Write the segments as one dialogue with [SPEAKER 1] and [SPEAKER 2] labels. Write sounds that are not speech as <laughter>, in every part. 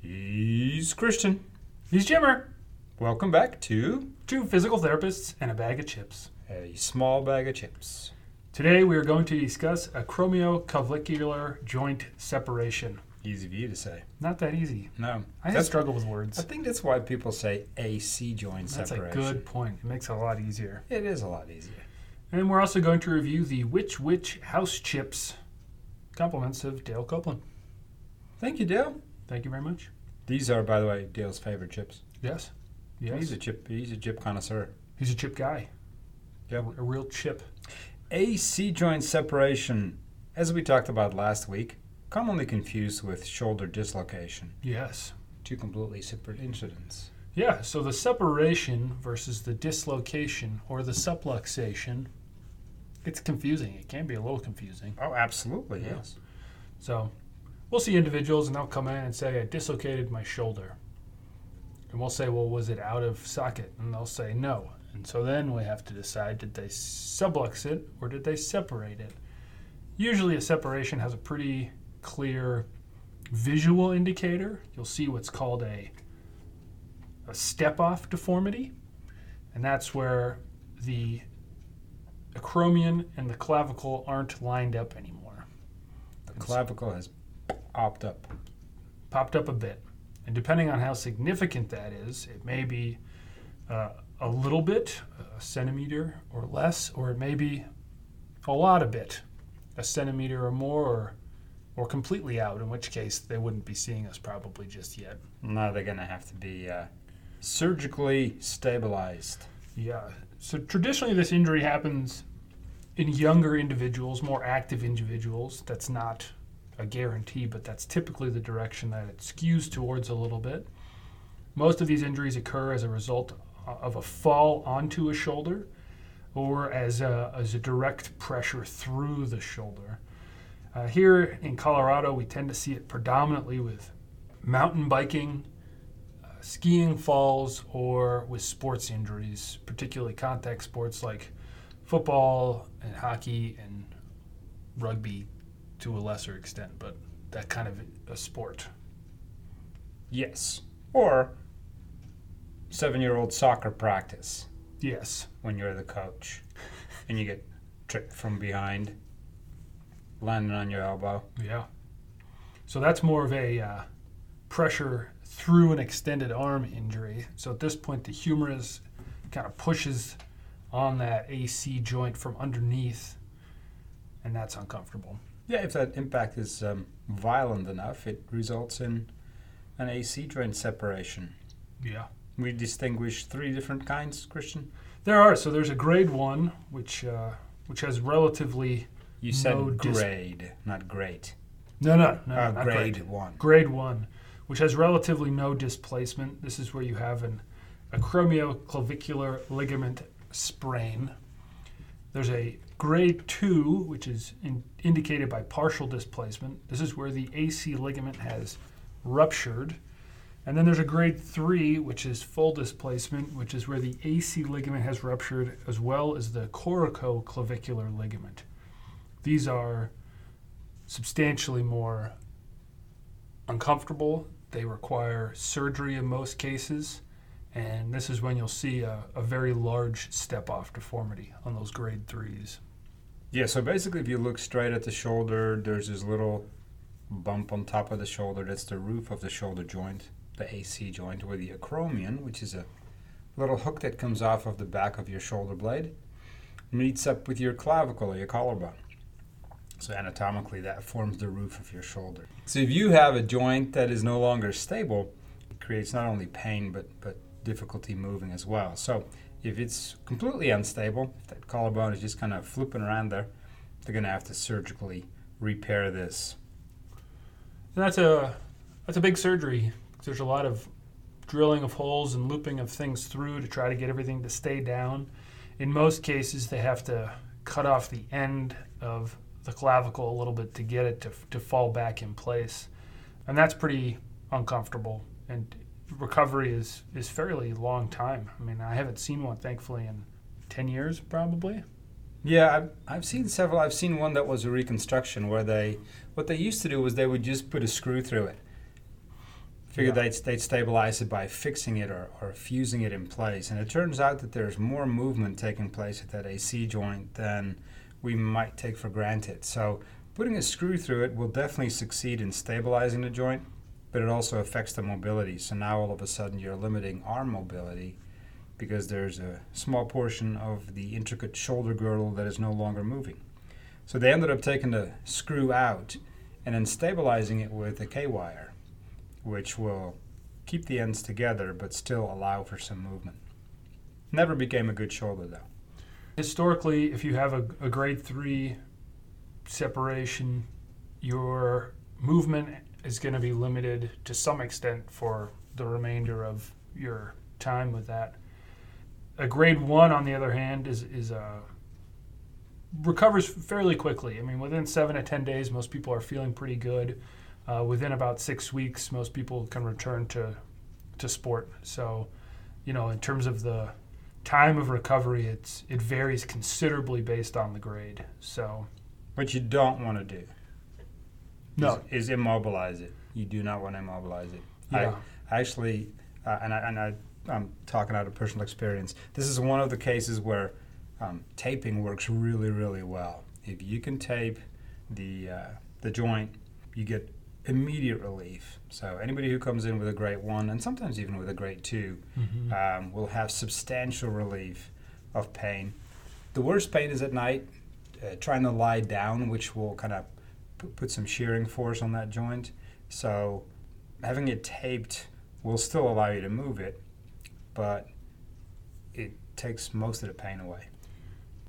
[SPEAKER 1] He's Christian. He's Jimmer. Welcome back to
[SPEAKER 2] Two physical therapists and a bag of chips.
[SPEAKER 1] a small bag of chips.
[SPEAKER 2] Today we are going to discuss acromioclavicular joint separation.
[SPEAKER 1] Easy for you to say.
[SPEAKER 2] Not that easy.
[SPEAKER 1] No,
[SPEAKER 2] I
[SPEAKER 1] that's,
[SPEAKER 2] struggle with
[SPEAKER 1] I
[SPEAKER 2] words.
[SPEAKER 1] think that's why people say AC joint
[SPEAKER 2] That's a
[SPEAKER 1] separation.
[SPEAKER 2] good point. It makes it a lot easier.
[SPEAKER 1] It is a lot easier.
[SPEAKER 2] And we're also going to review the Witch Witch House Chips. Compliments of Dale Copeland.
[SPEAKER 1] Thank you, Dale.
[SPEAKER 2] Thank you very much.
[SPEAKER 1] These are, by the way, Dale's favorite chips.
[SPEAKER 2] Yes.
[SPEAKER 1] He's
[SPEAKER 2] Yes.
[SPEAKER 1] a chip. He's a chip connoisseur.
[SPEAKER 2] He's a chip guy.
[SPEAKER 1] Yep.
[SPEAKER 2] A real chip.
[SPEAKER 1] AC joint separation, as we talked about last week, commonly confused with shoulder dislocation.
[SPEAKER 2] Yes.
[SPEAKER 1] Two completely separate incidents.
[SPEAKER 2] Yeah, so the separation versus the dislocation or the subluxation, it's confusing. It can be a little confusing.
[SPEAKER 1] Oh, absolutely.
[SPEAKER 2] Yeah.
[SPEAKER 1] Yes.
[SPEAKER 2] So we'll see individuals and they'll come in and say, I dislocated my shoulder. And we'll say, Well, was it out of socket? And they'll say, No. And so then we have to decide did they sublux it or did they separate it? Usually a separation has a pretty clear visual indicator. You'll see what's called a a step off deformity, and that's where the acromion and the clavicle aren't lined up anymore.
[SPEAKER 1] The clavicle has popped up.
[SPEAKER 2] popped up a bit. And depending on how significant that is, it may be uh, a little bit, a centimeter or less, or it may be a lot a bit, a centimeter or more, or, or completely out, in which case they wouldn't be seeing us probably just yet.
[SPEAKER 1] Now they're going to have to be uh, surgically stabilized.
[SPEAKER 2] Yeah. So traditionally, this injury happens in younger individuals, more active individuals. That's not a guarantee, but that's typically the direction that it skews towards a little bit. Most of these injuries occur as a result of a fall onto a shoulder or as a, as a direct pressure through the shoulder. Uh, here in Colorado, we tend to see it predominantly with mountain biking, skiing falls or with sports injuries, particularly contact sports like football and hockey and rugby to a lesser extent, but that kind of a sport.
[SPEAKER 1] Yes. Or seven year old soccer practice
[SPEAKER 2] Yes.
[SPEAKER 1] when you're the
[SPEAKER 2] <laughs>
[SPEAKER 1] coach and you get tripped from behind, landing on your elbow.
[SPEAKER 2] Yeah. So that's more of a uh, pressure through an extended arm injury. So at this point, the humerus kind of pushes on that AC joint from underneath, and that's uncomfortable.
[SPEAKER 1] Yeah, if that impact is um, violent enough, it results in an AC joint separation.
[SPEAKER 2] Yeah.
[SPEAKER 1] We distinguish three different kinds, Christian.
[SPEAKER 2] There are so there's a grade one which uh, which has relatively
[SPEAKER 1] You said
[SPEAKER 2] No dis-
[SPEAKER 1] grade, not great.
[SPEAKER 2] no no no
[SPEAKER 1] Uh,
[SPEAKER 2] not
[SPEAKER 1] grade one.
[SPEAKER 2] grade one which has relatively no displacement. This is where you have an acromioclavicular ligament sprain. There's a grade two which is in, indicated by partial displacement. This is where the AC ligament has ruptured. And then there's a grade three, which is full displacement, which is where the AC ligament has ruptured, as well as the coracoclavicular ligament. These are substantially more uncomfortable. They require surgery in most cases. And this is when you'll see a, a very large step off deformity on those grade threes.
[SPEAKER 1] Yeah, so basically, if you look straight at the shoulder, there's this little bump on top of the shoulder. That's the roof of the shoulder joint, the AC joint, where the acromion, which is a little hook that comes off of the back of your shoulder blade, meets up with your clavicle or your collarbone. So, anatomically, that forms the roof of your shoulder. So, if you have a joint that is no longer stable, it creates not only pain but, but difficulty moving as well. So, if it's completely unstable, if that collarbone is just kind of flooping around there, they're going to have to surgically repair this.
[SPEAKER 2] And that's a that's a big surgery. There's a lot of drilling of holes and looping of things through to try to get everything to stay down. In most cases, they have to cut off the end of the clavicle a little bit to get it to, to fall back in place, and that's pretty uncomfortable. And recovery is is fairly long time. I mean, I haven't seen one thankfully in ten years probably.
[SPEAKER 1] Yeah, I've, I've seen several. I've seen one that was a reconstruction where they, what they used to do was they would just put a screw through it, Figured they'd, they'd stabilize it by fixing it or, or fusing it in place. And it turns out that there's more movement taking place at that AC joint than we might take for granted. So putting a screw through it will definitely succeed in stabilizing the joint, but it also affects the mobility. So now all of a sudden you're limiting arm mobility because there's a small portion of the intricate shoulder girdle that is no longer moving. So they ended up taking the screw out and then stabilizing it with a K wire, which will keep the ends together but still allow for some movement. Never became a good shoulder though.
[SPEAKER 2] Historically, if you have a, a grade three separation, your movement is going to be limited to some extent for the remainder of your time with that. A grade one, on the other hand, is is a recovers fairly quickly. I mean, within seven to ten days, most people are feeling pretty good. Uh, within about six weeks, most people can return to to sport. So, you know, in terms of the time of recovery, it's it varies considerably based on the grade. So,
[SPEAKER 1] What you don't want to do
[SPEAKER 2] no,
[SPEAKER 1] is, is immobilize it. You do not want to immobilize it.
[SPEAKER 2] Yeah.
[SPEAKER 1] I actually, uh, and I, and I, I'm talking out of personal experience. This is one of the cases where um, taping works really, really well. If you can tape the uh, the joint, you get immediate relief. So anybody who comes in with a grade one, and sometimes even with a grade two,
[SPEAKER 2] Mm.
[SPEAKER 1] um, will have substantial relief of pain. The worst pain is at night, uh, trying to lie down, which will kind of p- put some shearing force on that joint. So having it taped will still allow you to move it, but it takes most of the pain away.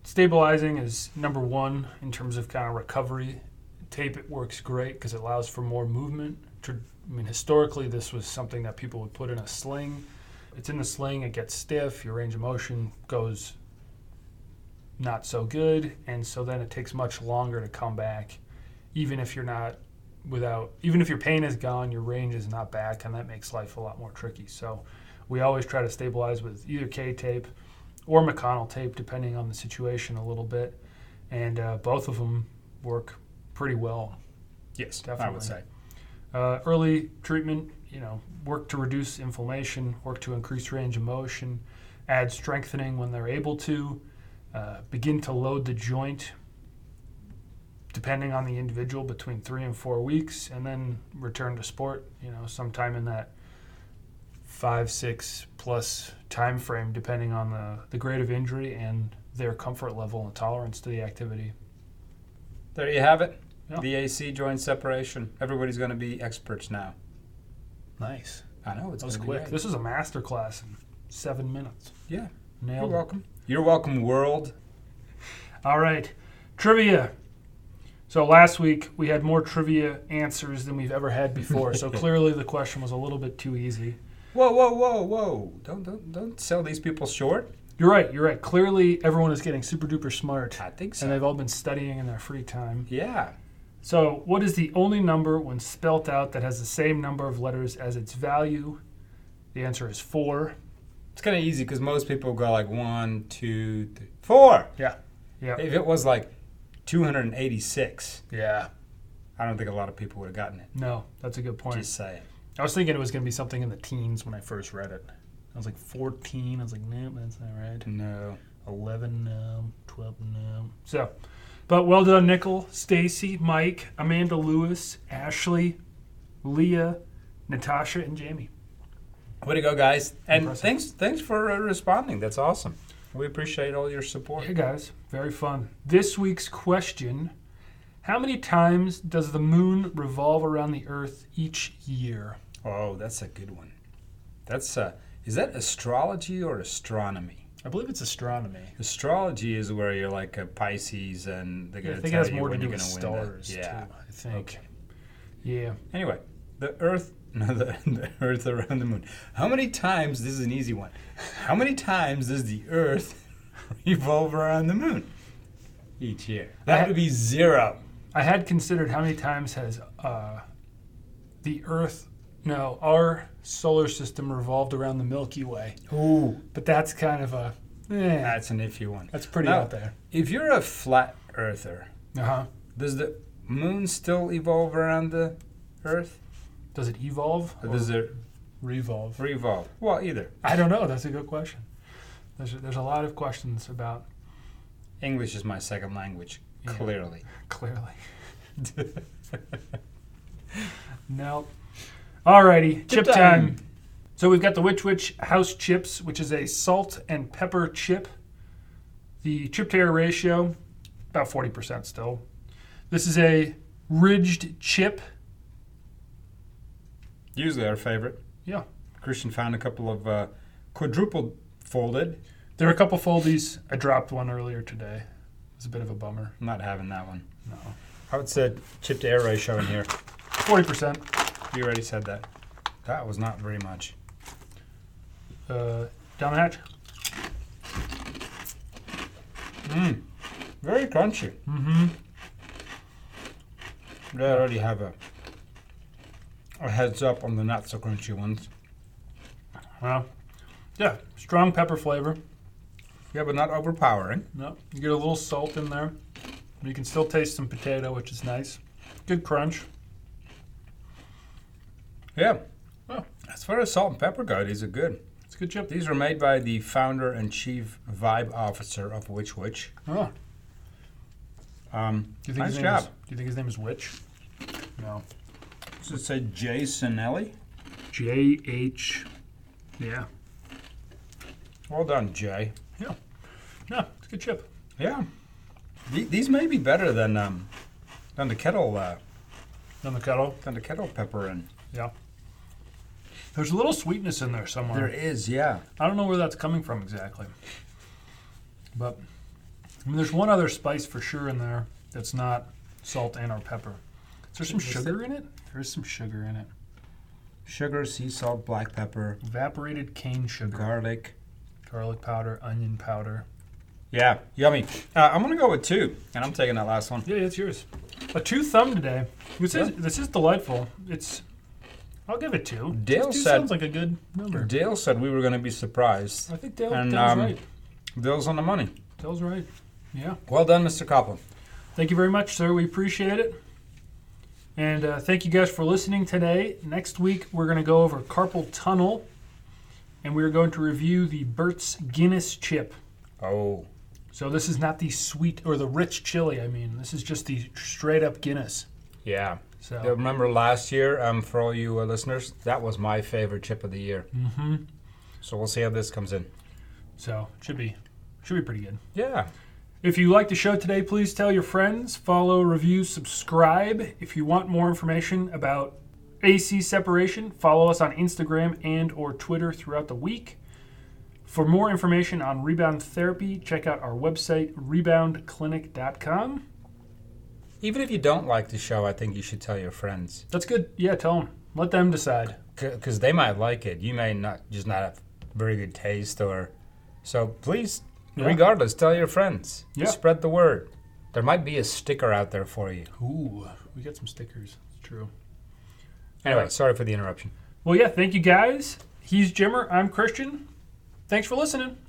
[SPEAKER 2] stabilizing is number one in terms of kind of recovery. Tape it works great because it allows for more movement. Tr- I mean, historically, this was something that people would put in a sling. It's in the sling, it gets stiff, your range of motion goes not so good, and so then it takes much longer to come back, even if you're not without, even if your pain is gone, your range is not back, and that makes life a lot more tricky. So, we always try to stabilize with either K tape or McConnell tape, depending on the situation a little bit. And uh, both of them work pretty well.
[SPEAKER 1] Yes, I
[SPEAKER 2] Definitely.
[SPEAKER 1] would say.
[SPEAKER 2] Uh, early treatment, you know, work to reduce inflammation, work to increase range of motion, add strengthening when they're able to, uh, begin to load the joint, depending on the individual, between three and four weeks, and then return to sport, you know, sometime in that five, six plus time frame, depending on the, the grade of injury and their comfort level and tolerance to the activity.
[SPEAKER 1] There you have it.
[SPEAKER 2] Yeah.
[SPEAKER 1] The AC joint separation. Everybody's going to be experts now.
[SPEAKER 2] Nice.
[SPEAKER 1] I know it's
[SPEAKER 2] That was
[SPEAKER 1] gonna be
[SPEAKER 2] quick.
[SPEAKER 1] great.
[SPEAKER 2] This is a master class in seven minutes.
[SPEAKER 1] Yeah.
[SPEAKER 2] Nailed
[SPEAKER 1] You're
[SPEAKER 2] it.
[SPEAKER 1] welcome. You're welcome, world.
[SPEAKER 2] All right, trivia. So last week we had more trivia answers than we've ever had before. <laughs> So clearly the question was a little bit too easy.
[SPEAKER 1] Whoa, whoa, whoa, whoa! Don't don't don't sell these people short.
[SPEAKER 2] You're right. You're right. Clearly everyone is getting super duper smart,
[SPEAKER 1] I think
[SPEAKER 2] and
[SPEAKER 1] so.
[SPEAKER 2] they've all been studying in their free time.
[SPEAKER 1] Yeah.
[SPEAKER 2] So what is the only number when spelt out that has the same number of letters as its value? The answer is four.
[SPEAKER 1] It's kind of easy because most people go like one, two, three, four.
[SPEAKER 2] Yeah. Yeah.
[SPEAKER 1] If it was like 286,
[SPEAKER 2] Yeah.
[SPEAKER 1] I don't think a lot of people would have gotten it.
[SPEAKER 2] No, that's a good point.
[SPEAKER 1] Just saying.
[SPEAKER 2] I was thinking it was going to be something in the teens when I first read it. I was like 14. I was like, nope, that's not right.
[SPEAKER 1] No.
[SPEAKER 2] 11 now, 12 now. So, but well done, Nickel, Stacy, Mike, Amanda Lewis, Ashley, Leah, Natasha, and Jamie.
[SPEAKER 1] Way to go, guys! And
[SPEAKER 2] Impressive.
[SPEAKER 1] thanks, thanks for uh, responding. That's awesome. We appreciate all your support.
[SPEAKER 2] Hey guys, very fun. This week's question How many times does the moon revolve around the earth each year?
[SPEAKER 1] Oh, that's a good one. That's uh, is that astrology or astronomy?
[SPEAKER 2] I believe it's astronomy.
[SPEAKER 1] Astrology is where you're like a Pisces, and they're
[SPEAKER 2] Yeah,
[SPEAKER 1] gonna
[SPEAKER 2] I think it
[SPEAKER 1] tell
[SPEAKER 2] has
[SPEAKER 1] you
[SPEAKER 2] more to
[SPEAKER 1] when
[SPEAKER 2] do
[SPEAKER 1] you're
[SPEAKER 2] with
[SPEAKER 1] gonna win. the-
[SPEAKER 2] stars,
[SPEAKER 1] yeah.
[SPEAKER 2] too, I think.
[SPEAKER 1] Okay.
[SPEAKER 2] Yeah.
[SPEAKER 1] Anyway, the Earth, <laughs> no, the, the Earth around the Moon. How many times? This is an easy one. How many times does the Earth <laughs> revolve around the Moon each year? That would be zero.
[SPEAKER 2] I had considered how many times has uh, the Earth, no, our solar system revolved around the Milky Way,
[SPEAKER 1] Ooh,
[SPEAKER 2] but that's kind of a, eh,
[SPEAKER 1] that's an iffy one.
[SPEAKER 2] that's pretty
[SPEAKER 1] Uh, No.
[SPEAKER 2] out there.
[SPEAKER 1] If you're a flat Earther,
[SPEAKER 2] Uh huh.
[SPEAKER 1] does the Moon still evolve around the Earth?
[SPEAKER 2] Does it evolve
[SPEAKER 1] Or does it
[SPEAKER 2] revolve?
[SPEAKER 1] revolve? Well, either.
[SPEAKER 2] I don't know. That's a good question. There's a, there's a lot of questions about
[SPEAKER 1] English is my second language,
[SPEAKER 2] Yeah. <laughs>
[SPEAKER 1] clearly.
[SPEAKER 2] clearly. No. Alrighty, chip,
[SPEAKER 1] Chip
[SPEAKER 2] time.
[SPEAKER 1] time.
[SPEAKER 2] So we've got the Witch Witch House Chips, which is a salt and pepper chip. The chip to air ratio, about 40% still. This is a ridged chip.
[SPEAKER 1] Usually our favorite.
[SPEAKER 2] Yeah.
[SPEAKER 1] Christian found a couple of uh, quadruple folded.
[SPEAKER 2] There are a couple foldies. I dropped one earlier today. It's a bit of a bummer.
[SPEAKER 1] I'm not having that one.
[SPEAKER 2] No.
[SPEAKER 1] How it said chip to air ratio in here.
[SPEAKER 2] 40%.
[SPEAKER 1] You already said that. That was not very much.
[SPEAKER 2] Uh, down the hatch.
[SPEAKER 1] Mm. Very crunchy.
[SPEAKER 2] Mm-hmm.
[SPEAKER 1] They already have a a heads up on the not so crunchy ones.
[SPEAKER 2] Well, yeah, strong pepper flavor.
[SPEAKER 1] Yeah, but not overpowering.
[SPEAKER 2] No, you get a little salt in there. You can still taste some potato, which is nice. Good crunch.
[SPEAKER 1] Yeah.
[SPEAKER 2] Oh.
[SPEAKER 1] As far as salt and pepper go, these are good.
[SPEAKER 2] It's a good chip.
[SPEAKER 1] These were made by the founder and chief vibe officer of Witch Witch.
[SPEAKER 2] Oh,
[SPEAKER 1] Um,
[SPEAKER 2] do you think
[SPEAKER 1] Nice
[SPEAKER 2] his name
[SPEAKER 1] job.
[SPEAKER 2] Is, do you think his name is Witch? No.
[SPEAKER 1] does it say Jasonelli?
[SPEAKER 2] J H. Yeah.
[SPEAKER 1] Well done, Jay.
[SPEAKER 2] No, it's a good chip.
[SPEAKER 1] Yeah. The- These may be better than um, than the kettle uh,
[SPEAKER 2] On the kettle.
[SPEAKER 1] than the kettle pepper in.
[SPEAKER 2] There's a little sweetness in there somewhere.
[SPEAKER 1] There is, yeah.
[SPEAKER 2] I don't know where that's coming from exactly. But I mean, there's one other spice for sure in there that's not salt and or pepper. Is there some
[SPEAKER 1] Is it-
[SPEAKER 2] sugar in it? There is some sugar in it.
[SPEAKER 1] Sugar, sea salt, black pepper,
[SPEAKER 2] Evaporated cane sugar.
[SPEAKER 1] garlic.
[SPEAKER 2] garlic powder, onion powder.
[SPEAKER 1] Yeah, yummy. Uh, I'm gonna go with two, and I'm taking that last one.
[SPEAKER 2] Yeah, it's yours. A two thumb today. This is
[SPEAKER 1] Yeah.
[SPEAKER 2] this is delightful. It's I'll give it two.
[SPEAKER 1] Dale
[SPEAKER 2] Just two
[SPEAKER 1] said-
[SPEAKER 2] sounds like a good number.
[SPEAKER 1] Dale said we were gonna be surprised.
[SPEAKER 2] I think Dale,
[SPEAKER 1] And,
[SPEAKER 2] Dale's
[SPEAKER 1] um,
[SPEAKER 2] right.
[SPEAKER 1] Dale's on the money.
[SPEAKER 2] Dale's right. Yeah.
[SPEAKER 1] Well done, Mr. Copland.
[SPEAKER 2] Thank you very much, sir. We appreciate it. And uh, thank you guys for listening today. Next week we're going to go over carpal tunnel, and we're going to review the Burt's Guinness chip.
[SPEAKER 1] Oh,
[SPEAKER 2] So this is not the sweet or the rich chili. I mean, this is just the straight up Guinness.
[SPEAKER 1] yeah.
[SPEAKER 2] So
[SPEAKER 1] Yeah, Remember last year, um, for all you uh, listeners, that was my favorite chip of the year.
[SPEAKER 2] hmm
[SPEAKER 1] So we'll see how this comes in.
[SPEAKER 2] So should be should be pretty good.
[SPEAKER 1] Yeah.
[SPEAKER 2] If you like the show today, please tell your friends, follow, review, subscribe. If you want more information about AC separation, follow us on Instagram and or Twitter throughout the week. For more information on rebound therapy, check out our website reboundclinic.com.
[SPEAKER 1] Even if you don't like the show, I think you should tell your friends
[SPEAKER 2] That's good. Yeah, tell them. Let them decide.
[SPEAKER 1] because they might like it. You may not just not have very good taste, or so. Please,
[SPEAKER 2] Yeah.
[SPEAKER 1] regardless, tell your friends.
[SPEAKER 2] Yeah.
[SPEAKER 1] Spread the word. There might be a sticker out there for you.
[SPEAKER 2] Ooh, we got some stickers. It's true.
[SPEAKER 1] Anyway, sorry for the interruption.
[SPEAKER 2] Well, yeah, thank you guys. He's Jimmer. I'm Christian. Thanks for listening.